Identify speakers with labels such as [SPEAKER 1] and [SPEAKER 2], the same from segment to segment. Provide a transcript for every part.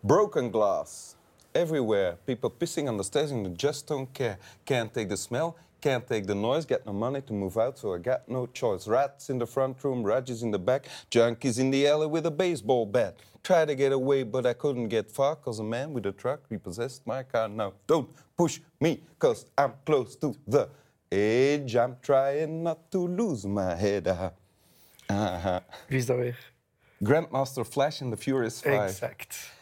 [SPEAKER 1] broken glass everywhere. People pissing on the stairs and they just don't care. Can't take the smell, can't take the noise, get no money to move out, so I got no choice. Rats in the front room, rages in the back, junkies in the alley with a baseball bat. Try to get away, but I couldn't get far, cause a man with a truck repossessed my car. Now don't push me, cause I'm close to the edge. I'm trying not to lose my head. Ah, ah, ah.
[SPEAKER 2] Wie is dat weer?
[SPEAKER 1] Grandmaster Flash in the Furious Five.
[SPEAKER 2] Exact.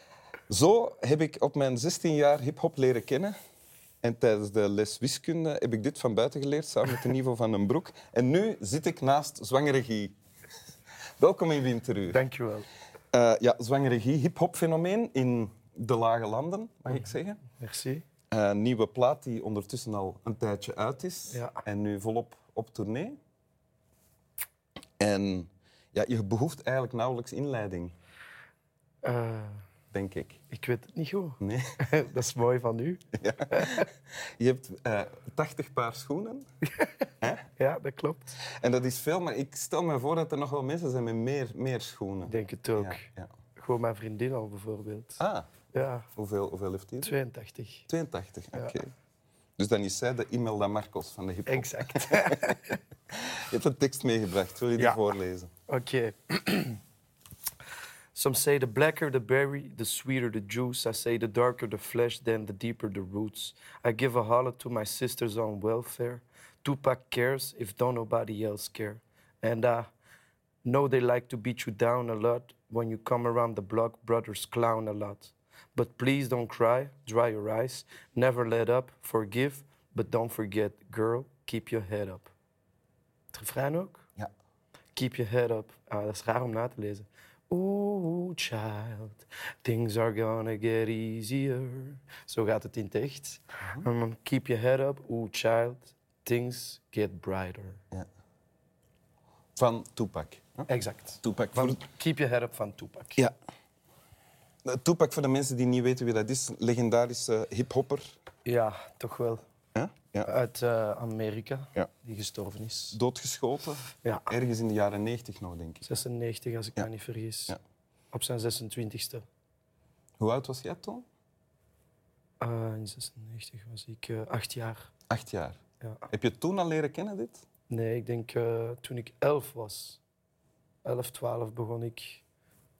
[SPEAKER 1] Zo heb ik op mijn 16 jaar hip-hop leren kennen. En tijdens de les wiskunde heb ik dit van buiten geleerd, samen met een Ivo van den Broek. En nu zit ik naast Zwangere Guy. Welkom in Winteruur.
[SPEAKER 2] Dankjewel.
[SPEAKER 1] Eh, ja, Zwangere Guy, hip-hop fenomeen in de lage landen, mag ik zeggen.
[SPEAKER 2] Merci.
[SPEAKER 1] Eh, nieuwe plaat die ondertussen al een tijdje uit is.
[SPEAKER 2] Ja.
[SPEAKER 1] En nu volop op tournee. En ja, je behoeft eigenlijk nauwelijks inleiding,
[SPEAKER 2] Eh,
[SPEAKER 1] denk ik.
[SPEAKER 2] ik weet het niet goed.
[SPEAKER 1] Nee.
[SPEAKER 2] dat is mooi van u.
[SPEAKER 1] Je hebt eh 80 paar schoenen.
[SPEAKER 2] Ja, dat klopt.
[SPEAKER 1] En dat is veel, maar ik stel me voor dat er nog wel mensen zijn met meer, meer schoenen.
[SPEAKER 2] Ik denk het ook.
[SPEAKER 1] Ja, ja.
[SPEAKER 2] Gewoon mijn vriendin al bijvoorbeeld.
[SPEAKER 1] Ah,
[SPEAKER 2] Ja,
[SPEAKER 1] hoeveel, hoeveel heeft die? er?
[SPEAKER 2] 82.
[SPEAKER 1] 82, oké. Dus dan is zij de Imelda Marcos van de hiphop.
[SPEAKER 2] Exact.
[SPEAKER 1] Je hebt een tekst meegebracht, wil je die
[SPEAKER 2] Ja.
[SPEAKER 1] voorlezen?
[SPEAKER 2] Okay. Some say the blacker the berry, the sweeter the juice. I say the darker the flesh, then the deeper the roots. I give a holler to my sisters on welfare. Tupac cares if don't nobody else care. And I know they like to beat you down a lot when you come around the block, brothers clown a lot. But please don't cry, dry your eyes, never let up, forgive, but don't forget, girl, keep your head up. Het refrein ook?
[SPEAKER 1] Ja.
[SPEAKER 2] Keep your head up. Ah, dat is raar om na te lezen. Ooh, child, things are gonna get easier. Zo gaat het in het echt.
[SPEAKER 1] Mhm.
[SPEAKER 2] Um, keep your head up. Ooh, child, things get brighter.
[SPEAKER 1] ja. Van Tupac. hè?
[SPEAKER 2] Exact.
[SPEAKER 1] Tupac.
[SPEAKER 2] Van
[SPEAKER 1] Voor...
[SPEAKER 2] Keep your head up van Tupac.
[SPEAKER 1] Ja. Eh, Tupac, voor de mensen die niet weten wie dat is, legendarische hiphopper.
[SPEAKER 2] Ja, toch wel.
[SPEAKER 1] hè? Ja.
[SPEAKER 2] Uit eh, Amerika,
[SPEAKER 1] Ja.
[SPEAKER 2] die gestorven is.
[SPEAKER 1] Doodgeschoten.
[SPEAKER 2] Ja.
[SPEAKER 1] Ergens in de jaren 90 nog, denk ik.
[SPEAKER 2] 96, als ik
[SPEAKER 1] Ja.
[SPEAKER 2] me niet vergis.
[SPEAKER 1] Ja.
[SPEAKER 2] Op zijn 26e.
[SPEAKER 1] Hoe oud was jij toen?
[SPEAKER 2] Ah, in 96 was ik eh, acht jaar.
[SPEAKER 1] Acht jaar.
[SPEAKER 2] Ja.
[SPEAKER 1] Heb je toen al leren kennen dit?
[SPEAKER 2] Nee, ik denk eh, toen ik elf was, 11, 12, begon ik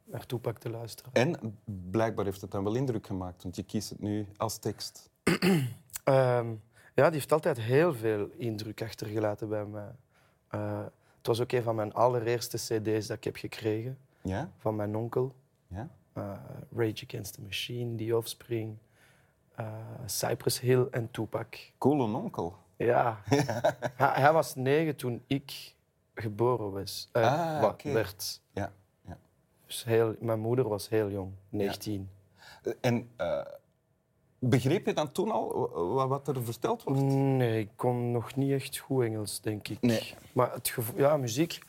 [SPEAKER 2] naar Toepak te luisteren.
[SPEAKER 1] En blijkbaar heeft het dan wel indruk gemaakt, want je kiest het nu als tekst.
[SPEAKER 2] Ehm, ja, die heeft altijd heel veel indruk achtergelaten bij mij. Eh, het was ook een van mijn allereerste CD's dat ik heb gekregen
[SPEAKER 1] Ja?
[SPEAKER 2] van mijn onkel.
[SPEAKER 1] Ja?
[SPEAKER 2] Eh, Rage Against the Machine, The Offspring, eh, Cypress Hill en Tupac.
[SPEAKER 1] Cool een onkel.
[SPEAKER 2] Ja. hij, hij was negen toen ik geboren was, eh,
[SPEAKER 1] Ah,
[SPEAKER 2] wa-
[SPEAKER 1] oké.
[SPEAKER 2] werd.
[SPEAKER 1] Ja. ja.
[SPEAKER 2] Dus heel, mijn moeder was heel jong, 19.
[SPEAKER 1] En eh, begreep je dan toen al wa- wat er verteld
[SPEAKER 2] Mm.
[SPEAKER 1] wordt?
[SPEAKER 2] Nee, ik kon nog niet echt goed Engels, denk ik.
[SPEAKER 1] Nee.
[SPEAKER 2] Maar het gevo- ja, muziek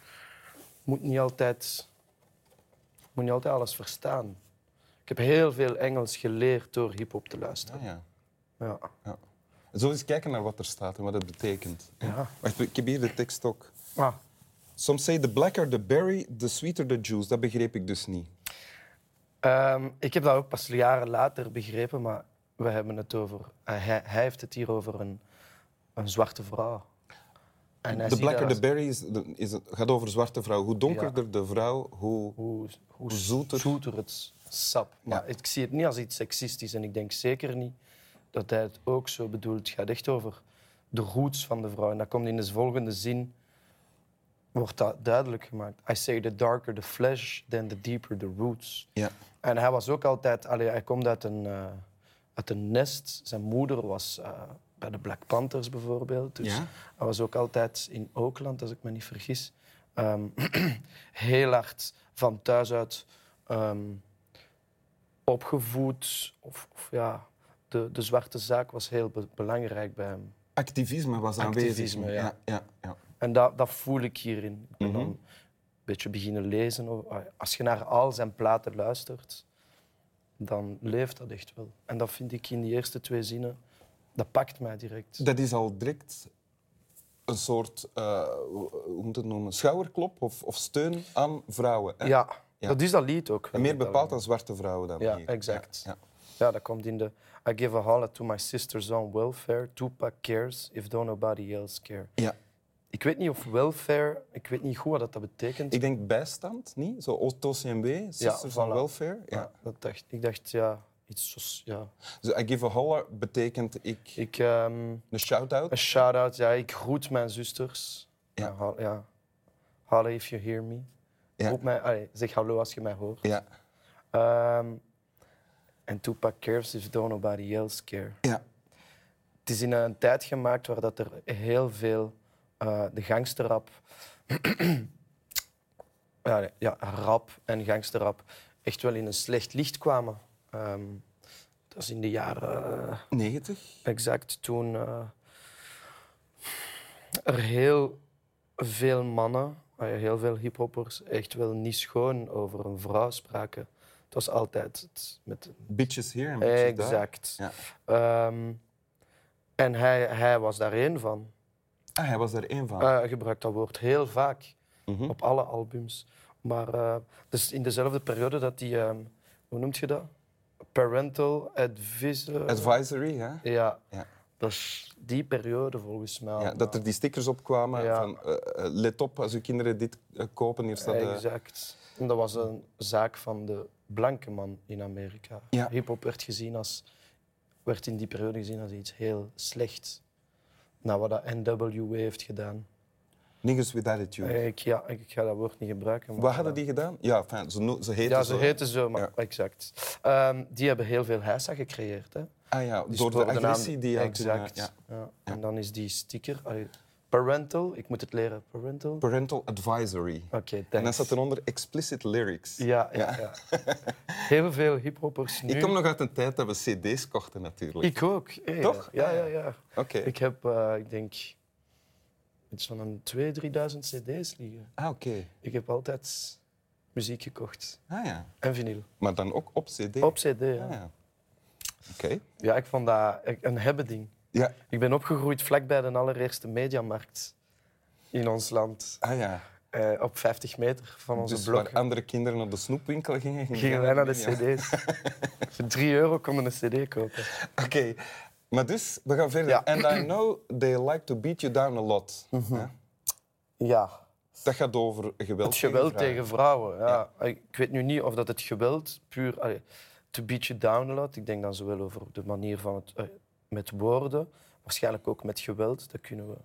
[SPEAKER 2] moet niet, altijd, moet niet altijd alles verstaan. Ik heb heel veel Engels geleerd door hip-hop te luisteren.
[SPEAKER 1] Ah, ja.
[SPEAKER 2] Ja.
[SPEAKER 1] ja. Zo eens kijken naar wat er staat en wat het betekent.
[SPEAKER 2] Ja.
[SPEAKER 1] Wacht, ik heb hier de tekst ook.
[SPEAKER 2] Ah,
[SPEAKER 1] Soms say the blacker the berry, the sweeter the juice. Dat begreep ik dus niet.
[SPEAKER 2] ehm, ik heb dat ook pas jaren later begrepen, maar we hebben het over. eh, hij, hij heeft het hier over een, een zwarte vrouw. En hij
[SPEAKER 1] The
[SPEAKER 2] ziet
[SPEAKER 1] blacker
[SPEAKER 2] dat
[SPEAKER 1] the
[SPEAKER 2] als-
[SPEAKER 1] berry is, is het, gaat over zwarte vrouw. Hoe donkerder de vrouw, hoe...
[SPEAKER 2] hoe, hoe
[SPEAKER 1] zoeter.
[SPEAKER 2] zoeter. het sap. Maar ik zie het niet als iets seksistisch en ik denk zeker niet dat hij het ook zo bedoelt. Het gaat echt over de roots van de vrouw. En dat komt in de volgende zin, wordt dat duidelijk gemaakt. I say the darker the flesh, then the deeper the roots.
[SPEAKER 1] Ja.
[SPEAKER 2] En hij was ook altijd, allee, hij komt uit een, eh, uit een nest. Zijn moeder was eh, bij de Black Panthers bijvoorbeeld. Dus
[SPEAKER 1] Ja.
[SPEAKER 2] hij was ook altijd in Oakland, als ik me niet vergis. Ehm, heel hard van thuis uit ehm, opgevoed. Of, of ja, de, de zwarte zaak was heel be- belangrijk bij hem.
[SPEAKER 1] Activisme was
[SPEAKER 2] Activisme,
[SPEAKER 1] aanwezig.
[SPEAKER 2] ja.
[SPEAKER 1] ja, ja.
[SPEAKER 2] En dat, dat voel ik hierin. Ik ben
[SPEAKER 1] Mhm.
[SPEAKER 2] dan een beetje beginnen lezen. O- Als je naar al zijn platen luistert, dan leeft dat echt wel. En dat vind ik in die eerste twee zinnen, dat pakt mij direct.
[SPEAKER 1] Dat is al direct een soort eh, hoe hoe moet het noemen, schouderklop of, of steun aan vrouwen. hè?
[SPEAKER 2] Ja,
[SPEAKER 1] Ja.
[SPEAKER 2] Dat is dat lied ook.
[SPEAKER 1] En meer bepaald dan zwarte vrouwen dan
[SPEAKER 2] Ja,
[SPEAKER 1] hier.
[SPEAKER 2] exact.
[SPEAKER 1] Ja,
[SPEAKER 2] Ja, dat komt in de I give a holler to my sisters on welfare. Tupac cares if don't nobody else care.
[SPEAKER 1] ja. Ja.
[SPEAKER 2] Ik weet niet of welfare, ik weet niet goed wat dat dat betekent.
[SPEAKER 1] Ik denk bijstand, niet? Zo Otto CMB, Sisters
[SPEAKER 2] voilà.
[SPEAKER 1] van Welfare. Ja.
[SPEAKER 2] Ja, dat dacht, ik dacht, ja, iets zoals... Ja.
[SPEAKER 1] Dus I give a holler betekent ik
[SPEAKER 2] Ik, ehm,
[SPEAKER 1] een shout-out.
[SPEAKER 2] een shout-out, ja, ik groet mijn zusters.
[SPEAKER 1] Ja.
[SPEAKER 2] Ja. hol- ja. Holla if you hear me.
[SPEAKER 1] Ja.
[SPEAKER 2] Roep mij, allee, zeg hallo als je mij hoort.
[SPEAKER 1] Ja.
[SPEAKER 2] Ehm, en Tupac cares if don't nobody else care.
[SPEAKER 1] Ja.
[SPEAKER 2] Het is in een tijd gemaakt waar dat er heel veel eh, de gangsterrap, ja, nee, ja, rap en gangsterrap, echt wel in een slecht licht kwamen. Ehm, dat is in de jaren eh,
[SPEAKER 1] 90.
[SPEAKER 2] exact toen eh, er heel veel mannen, eh, heel veel hiphoppers, echt wel niet schoon over een vrouw spraken. Het was altijd het, met
[SPEAKER 1] Bitches hier en bitches daar.
[SPEAKER 2] Exact.
[SPEAKER 1] Ja.
[SPEAKER 2] Ehm, en hij, hij was daar één van.
[SPEAKER 1] Ah, hij was er één van.
[SPEAKER 2] Eh, Hij gebruikt dat woord heel vaak
[SPEAKER 1] Mhm.
[SPEAKER 2] op alle albums. Maar eh, dus in dezelfde periode dat hij, ehm, hoe noemt je dat? Parental advisor.
[SPEAKER 1] Advisory, hè?
[SPEAKER 2] Ja.
[SPEAKER 1] Ja.
[SPEAKER 2] Dat is die periode volgens mij.
[SPEAKER 1] Ja, dat er die stickers opkwamen
[SPEAKER 2] Ja.
[SPEAKER 1] van eh, eh, let op als uw kinderen dit eh, kopen, hier staat... eh,
[SPEAKER 2] Exact. En dat was een zaak van de blanke man in Amerika.
[SPEAKER 1] Ja.
[SPEAKER 2] Hip-hop werd, gezien als- werd in die periode gezien als iets heel slechts. Na wat dat NWA heeft gedaan.
[SPEAKER 1] Niggas with attitude.
[SPEAKER 2] Ik, ja, ik ga dat woord niet gebruiken. maar-
[SPEAKER 1] Wat hadden die gedaan? Ja, fijn, ze, no- ze heten
[SPEAKER 2] Ja, ze
[SPEAKER 1] zo.
[SPEAKER 2] heten zo, maar exact. Ehm, die hebben heel veel heisa gecreëerd. Hè?
[SPEAKER 1] Ah ja,
[SPEAKER 2] Dus
[SPEAKER 1] door de
[SPEAKER 2] naam-
[SPEAKER 1] agressie die uit hun, eh,
[SPEAKER 2] Exact.
[SPEAKER 1] ja.
[SPEAKER 2] Ja. En dan is die sticker... allee, parental, ik moet het leren. Parental? Oké,
[SPEAKER 1] Parental advisory. En dan
[SPEAKER 2] Oh, thanks.
[SPEAKER 1] staat eronder explicit lyrics.
[SPEAKER 2] Ja, ja, ja. Heel veel hiphoppers nu.
[SPEAKER 1] Ik kom nog uit een tijd dat we cd's kochten natuurlijk.
[SPEAKER 2] Ik ook. eh,
[SPEAKER 1] Toch?
[SPEAKER 2] Ja,
[SPEAKER 1] Ah,
[SPEAKER 2] ja,
[SPEAKER 1] ja.
[SPEAKER 2] ja.
[SPEAKER 1] Oké.
[SPEAKER 2] Ik heb, eh, ik denk, iets van een 2.000, 3.000 cd's liggen.
[SPEAKER 1] Ah, oké.
[SPEAKER 2] Ik heb altijd muziek gekocht.
[SPEAKER 1] Ah ja.
[SPEAKER 2] En vinyl.
[SPEAKER 1] Maar dan ook op cd.
[SPEAKER 2] Op cd,
[SPEAKER 1] Ah,
[SPEAKER 2] ja.
[SPEAKER 1] ja. Oké.
[SPEAKER 2] Ja, ik vond dat e-, een hebben ding.
[SPEAKER 1] Ja.
[SPEAKER 2] Ik ben opgegroeid vlakbij de allereerste mediamarkt in ons land.
[SPEAKER 1] Ah ja.
[SPEAKER 2] Eh, op 50 meter van onze
[SPEAKER 1] Dus
[SPEAKER 2] blok
[SPEAKER 1] waar andere kinderen naar de snoepwinkel gingen, gingen
[SPEAKER 2] gingen
[SPEAKER 1] wij
[SPEAKER 2] wij naar de
[SPEAKER 1] ja.
[SPEAKER 2] cd's. Voor 3 euro konden we een cd kopen.
[SPEAKER 1] Oké, maar dus, we gaan verder.
[SPEAKER 2] Ja. Mhm.
[SPEAKER 1] And I know they like to beat you down a lot. Hè?
[SPEAKER 2] Ja.
[SPEAKER 1] Dat gaat over geweld.
[SPEAKER 2] Het geweld
[SPEAKER 1] vrouwen.
[SPEAKER 2] tegen vrouwen. Ja. Ik weet nu niet of dat het geweld puur allee, to beat you down laat. Ik denk dan zowel over de manier van het eh, met woorden, waarschijnlijk ook met geweld. Dat kunnen we.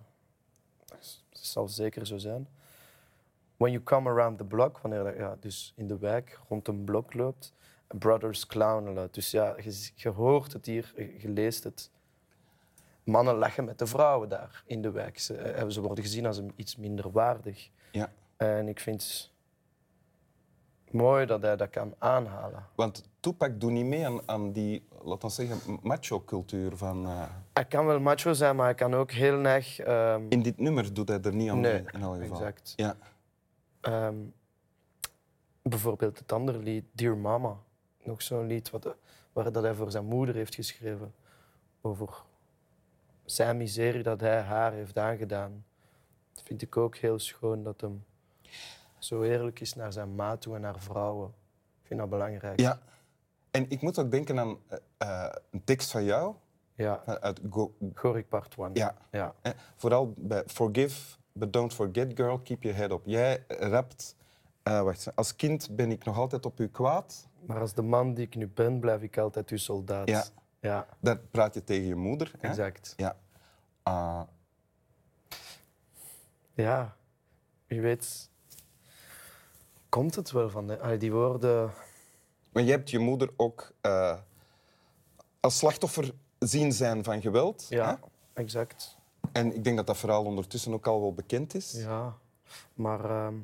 [SPEAKER 2] Dat is- dat zal zeker zo zijn. When you come around the block, wanneer dat- ja, dus in de wijk rond een blok loopt, brothers clownen laat. Dus ja, je, z- je hoort het hier, je- je leest het. Mannen lachen met de vrouwen daar in de wijk. Ze, eh, ze worden gezien als een- iets minder waardig.
[SPEAKER 1] Ja,
[SPEAKER 2] En ik vind het mooi dat hij dat kan aanhalen.
[SPEAKER 1] want Tupac doet niet mee aan, aan die, laten we zeggen, macho-cultuur van... eh,
[SPEAKER 2] Hij kan wel macho zijn, maar hij kan ook heel erg... ehm,
[SPEAKER 1] in dit nummer doet hij er niet aan
[SPEAKER 2] Nee,
[SPEAKER 1] mee, in elk geval.
[SPEAKER 2] exact.
[SPEAKER 1] Ja.
[SPEAKER 2] ehm, bijvoorbeeld het andere lied, Dear Mama. Nog zo'n lied wat, waar dat hij voor zijn moeder heeft geschreven. Over zijn miserie dat hij haar heeft aangedaan. Dat vind ik ook heel schoon, dat hem zo eerlijk is naar zijn ma toe en naar vrouwen. Ik vind dat belangrijk.
[SPEAKER 1] ja. En ik moet ook denken aan eh, eh, een tekst van jou,
[SPEAKER 2] ja.
[SPEAKER 1] van- uit Go...
[SPEAKER 2] Gorik Part 1.
[SPEAKER 1] Ja.
[SPEAKER 2] ja.
[SPEAKER 1] Hè, Vooral bij Forgive, but don't forget, girl, keep your head up. Jij rapt... eh, wacht, als kind ben ik nog altijd op u kwaad.
[SPEAKER 2] Maar als de man die ik nu ben, blijf ik altijd uw soldaat.
[SPEAKER 1] Ja.
[SPEAKER 2] Ja,
[SPEAKER 1] Daar praat je tegen je moeder. Hè?
[SPEAKER 2] exact.
[SPEAKER 1] Ja. Ah,
[SPEAKER 2] Ja, wie weet. Komt het wel van de, ah, die woorden?
[SPEAKER 1] maar je hebt je moeder ook eh, als slachtoffer zien zijn van geweld.
[SPEAKER 2] Ja,
[SPEAKER 1] hè?
[SPEAKER 2] exact.
[SPEAKER 1] En ik denk dat dat verhaal ondertussen ook al wel bekend is.
[SPEAKER 2] Ja, maar. ehm,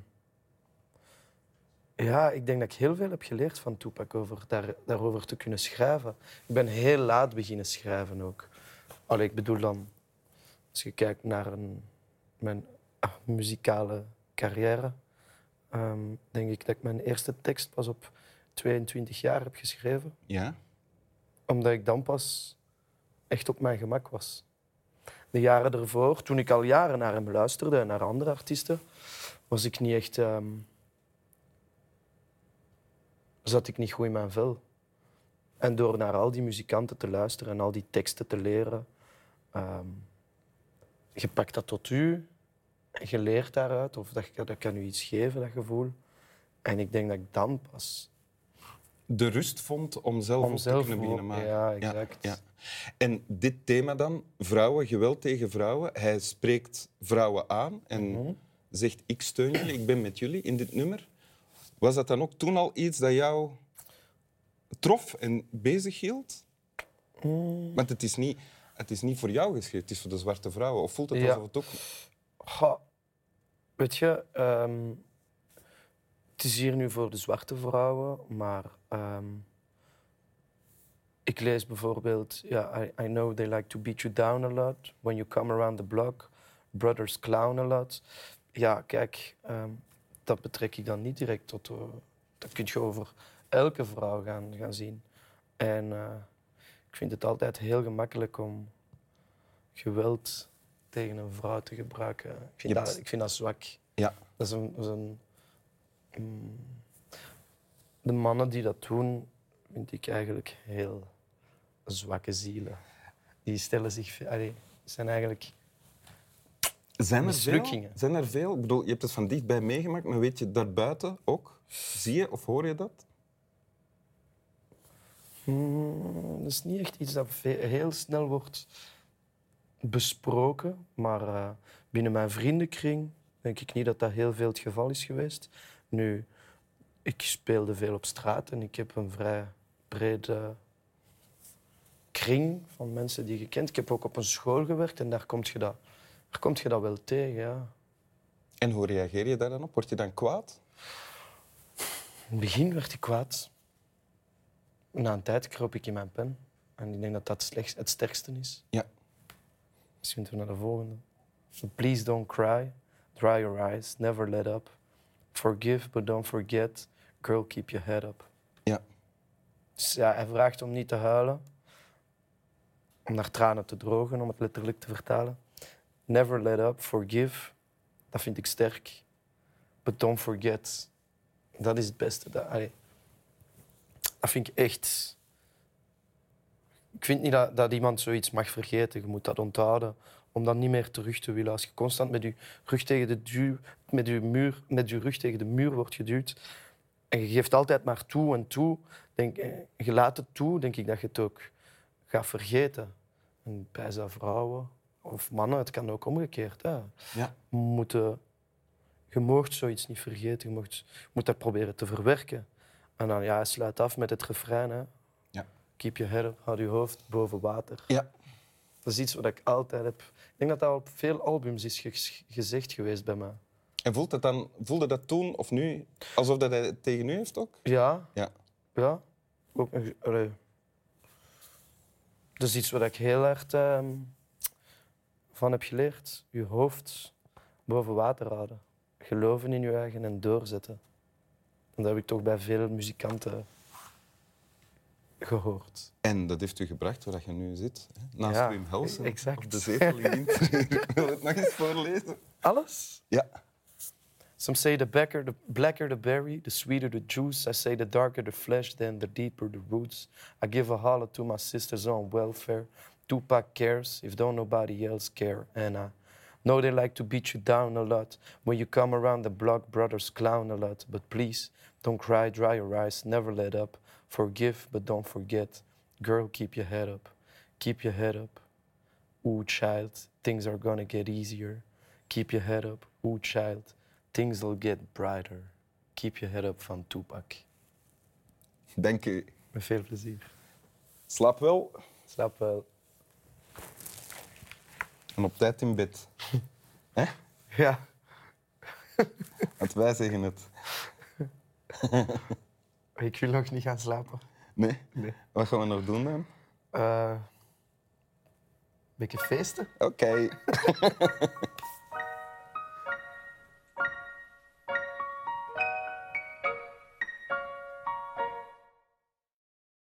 [SPEAKER 2] ja, ik denk dat ik heel veel heb geleerd van Tupac over daar, daarover te kunnen schrijven. Ik ben heel laat beginnen schrijven ook. Allee, ik bedoel dan, als je kijkt naar een, mijn ah, muzikale carrière, ehm, denk ik dat ik mijn eerste tekst pas op 22 jaar heb geschreven
[SPEAKER 1] Ja?
[SPEAKER 2] omdat ik dan pas echt op mijn gemak was. De jaren ervoor, toen ik al jaren naar hem luisterde en naar andere artiesten, was ik niet echt ehm, zat ik niet goed in mijn vel. En door naar al die muzikanten te luisteren en al die teksten te leren, ehm, je pakt dat tot u en je leert daaruit, of dat, dat kan u iets geven, dat gevoel. En ik denk dat ik dan pas
[SPEAKER 1] De rust vond om zelf
[SPEAKER 2] Om
[SPEAKER 1] op
[SPEAKER 2] zelf
[SPEAKER 1] te kunnen beginnen
[SPEAKER 2] op-
[SPEAKER 1] maken.
[SPEAKER 2] ja, exact.
[SPEAKER 1] ja. En dit thema dan, vrouwen, geweld tegen vrouwen. Hij spreekt vrouwen aan en
[SPEAKER 2] Mhm.
[SPEAKER 1] zegt, ik steun jullie, ik ben met jullie in dit nummer. Was dat dan ook toen al iets dat jou trof en bezig hield?
[SPEAKER 2] Mhm.
[SPEAKER 1] Want het is niet, het is niet voor jou geschreven, het is voor de zwarte vrouwen. Of voelt het
[SPEAKER 2] Ja.
[SPEAKER 1] alsof het ook...
[SPEAKER 2] Goh, weet je, ehm, het is hier nu voor de zwarte vrouwen, maar ehm, ik lees bijvoorbeeld, ja, I, I know they like to beat you down a lot when you come around the block, brothers clown a lot. Ja, kijk, ehm, dat betrek ik dan niet direct tot, eh, dat kun je over elke vrouw gaan, gaan zien. En eh, ik vind het altijd heel gemakkelijk om geweld tegen een vrouw te gebruiken. Ik vind,
[SPEAKER 1] Je
[SPEAKER 2] dat,
[SPEAKER 1] hebt-
[SPEAKER 2] ik vind dat zwak.
[SPEAKER 1] Ja.
[SPEAKER 2] Dat is een. dat is een- mm. de mannen die dat doen, vind ik eigenlijk heel zwakke zielen. Die stellen zich. Allee, zijn eigenlijk.
[SPEAKER 1] Zijn er, veel,
[SPEAKER 2] Mislukkingen.
[SPEAKER 1] zijn er veel? Ik bedoel, je hebt het van dichtbij meegemaakt, maar weet je daarbuiten ook? Zie je of hoor je dat?
[SPEAKER 2] Mm, dat is niet echt iets dat ve- heel snel wordt besproken. Maar eh, binnen mijn vriendenkring denk ik niet dat dat heel veel het geval is geweest. Nu, ik speelde veel op straat en ik heb een vrij brede kring van mensen die je kent. Ik heb ook op een school gewerkt en daar kom je dat, daar kom je dat wel tegen. Ja.
[SPEAKER 1] En hoe reageer je daar dan op? Word je dan kwaad?
[SPEAKER 2] In het begin werd ik kwaad. Na een tijd kroop ik in mijn pen. En ik denk dat dat slechts het sterkste is.
[SPEAKER 1] Ja.
[SPEAKER 2] Misschien moeten we naar de volgende. Please don't cry. Dry your eyes. Never let up. Forgive but don't forget. Girl, keep your head up.
[SPEAKER 1] Ja.
[SPEAKER 2] Dus ja, hij vraagt om niet te huilen. Om naar tranen te drogen, om het letterlijk te vertalen. Never let up. Forgive. Dat vind ik sterk. But don't forget. Dat is het beste. Dat, allee, dat vind ik echt... Ik vind niet dat, dat iemand zoiets mag vergeten. Je moet dat onthouden. Om dat niet meer terug te willen. Als je constant met je rug tegen de duw, met je muur, met je rug tegen de muur wordt geduwd. En je geeft altijd maar toe en toe. Denk, eh, je laat het toe, denk ik dat je het ook gaat vergeten. En bij zijn vrouwen of mannen, het kan ook omgekeerd. Hè.
[SPEAKER 1] Ja.
[SPEAKER 2] Moeten, je moogt zoiets niet vergeten. Je moogt, moet dat proberen te verwerken. En dan ja, hij sluit af met het refrein. Hè.
[SPEAKER 1] Ja.
[SPEAKER 2] Keep your head up, houd je hoofd boven water.
[SPEAKER 1] Ja.
[SPEAKER 2] Dat is iets wat ik altijd heb. Ik denk dat dat op veel albums is ge- gezegd geweest bij mij.
[SPEAKER 1] En voelt dat dan, voelde dat toen of nu alsof dat hij het tegen u heeft ook?
[SPEAKER 2] Ja,
[SPEAKER 1] Ja.
[SPEAKER 2] ja. Ook, nog- allee. Dat is iets wat ik heel hard ehm, van heb geleerd. Je hoofd boven water houden. Geloven in je eigen en doorzetten. En dat heb ik toch bij veel muzikanten gehoord.
[SPEAKER 1] En dat heeft u gebracht waar je nu zit. Hè? Naast
[SPEAKER 2] Ja,
[SPEAKER 1] Wim Helsen.
[SPEAKER 2] exact.
[SPEAKER 1] Op de zetel in Inter. Wil je het nog eens voorlezen?
[SPEAKER 2] Alles?
[SPEAKER 1] Ja.
[SPEAKER 2] Some say the blacker, the blacker the berry, the sweeter the juice. I say the darker the flesh, then the deeper the roots. I give a holler to my sisters on welfare. Tupac cares if don't nobody else care. And I know they like to beat you down a lot. When you come around the block, brothers clown a lot. But please, don't cry, dry your eyes, never let up. Forgive, but don't forget. Girl, keep your head up. Keep your head up. Ooh, child, things are gonna get easier. Keep your head up. Ooh, child, things will get brighter. Keep your head up van Tupac.
[SPEAKER 1] Dank u.
[SPEAKER 2] Met veel plezier.
[SPEAKER 1] Slaap wel.
[SPEAKER 2] Slaap wel.
[SPEAKER 1] En op tijd in bed.
[SPEAKER 2] Ja.
[SPEAKER 1] Want wij zeggen het.
[SPEAKER 2] Ik wil nog niet gaan slapen.
[SPEAKER 1] Nee? Wat gaan we nog doen dan?
[SPEAKER 2] Eh beetje feesten?
[SPEAKER 1] Oké.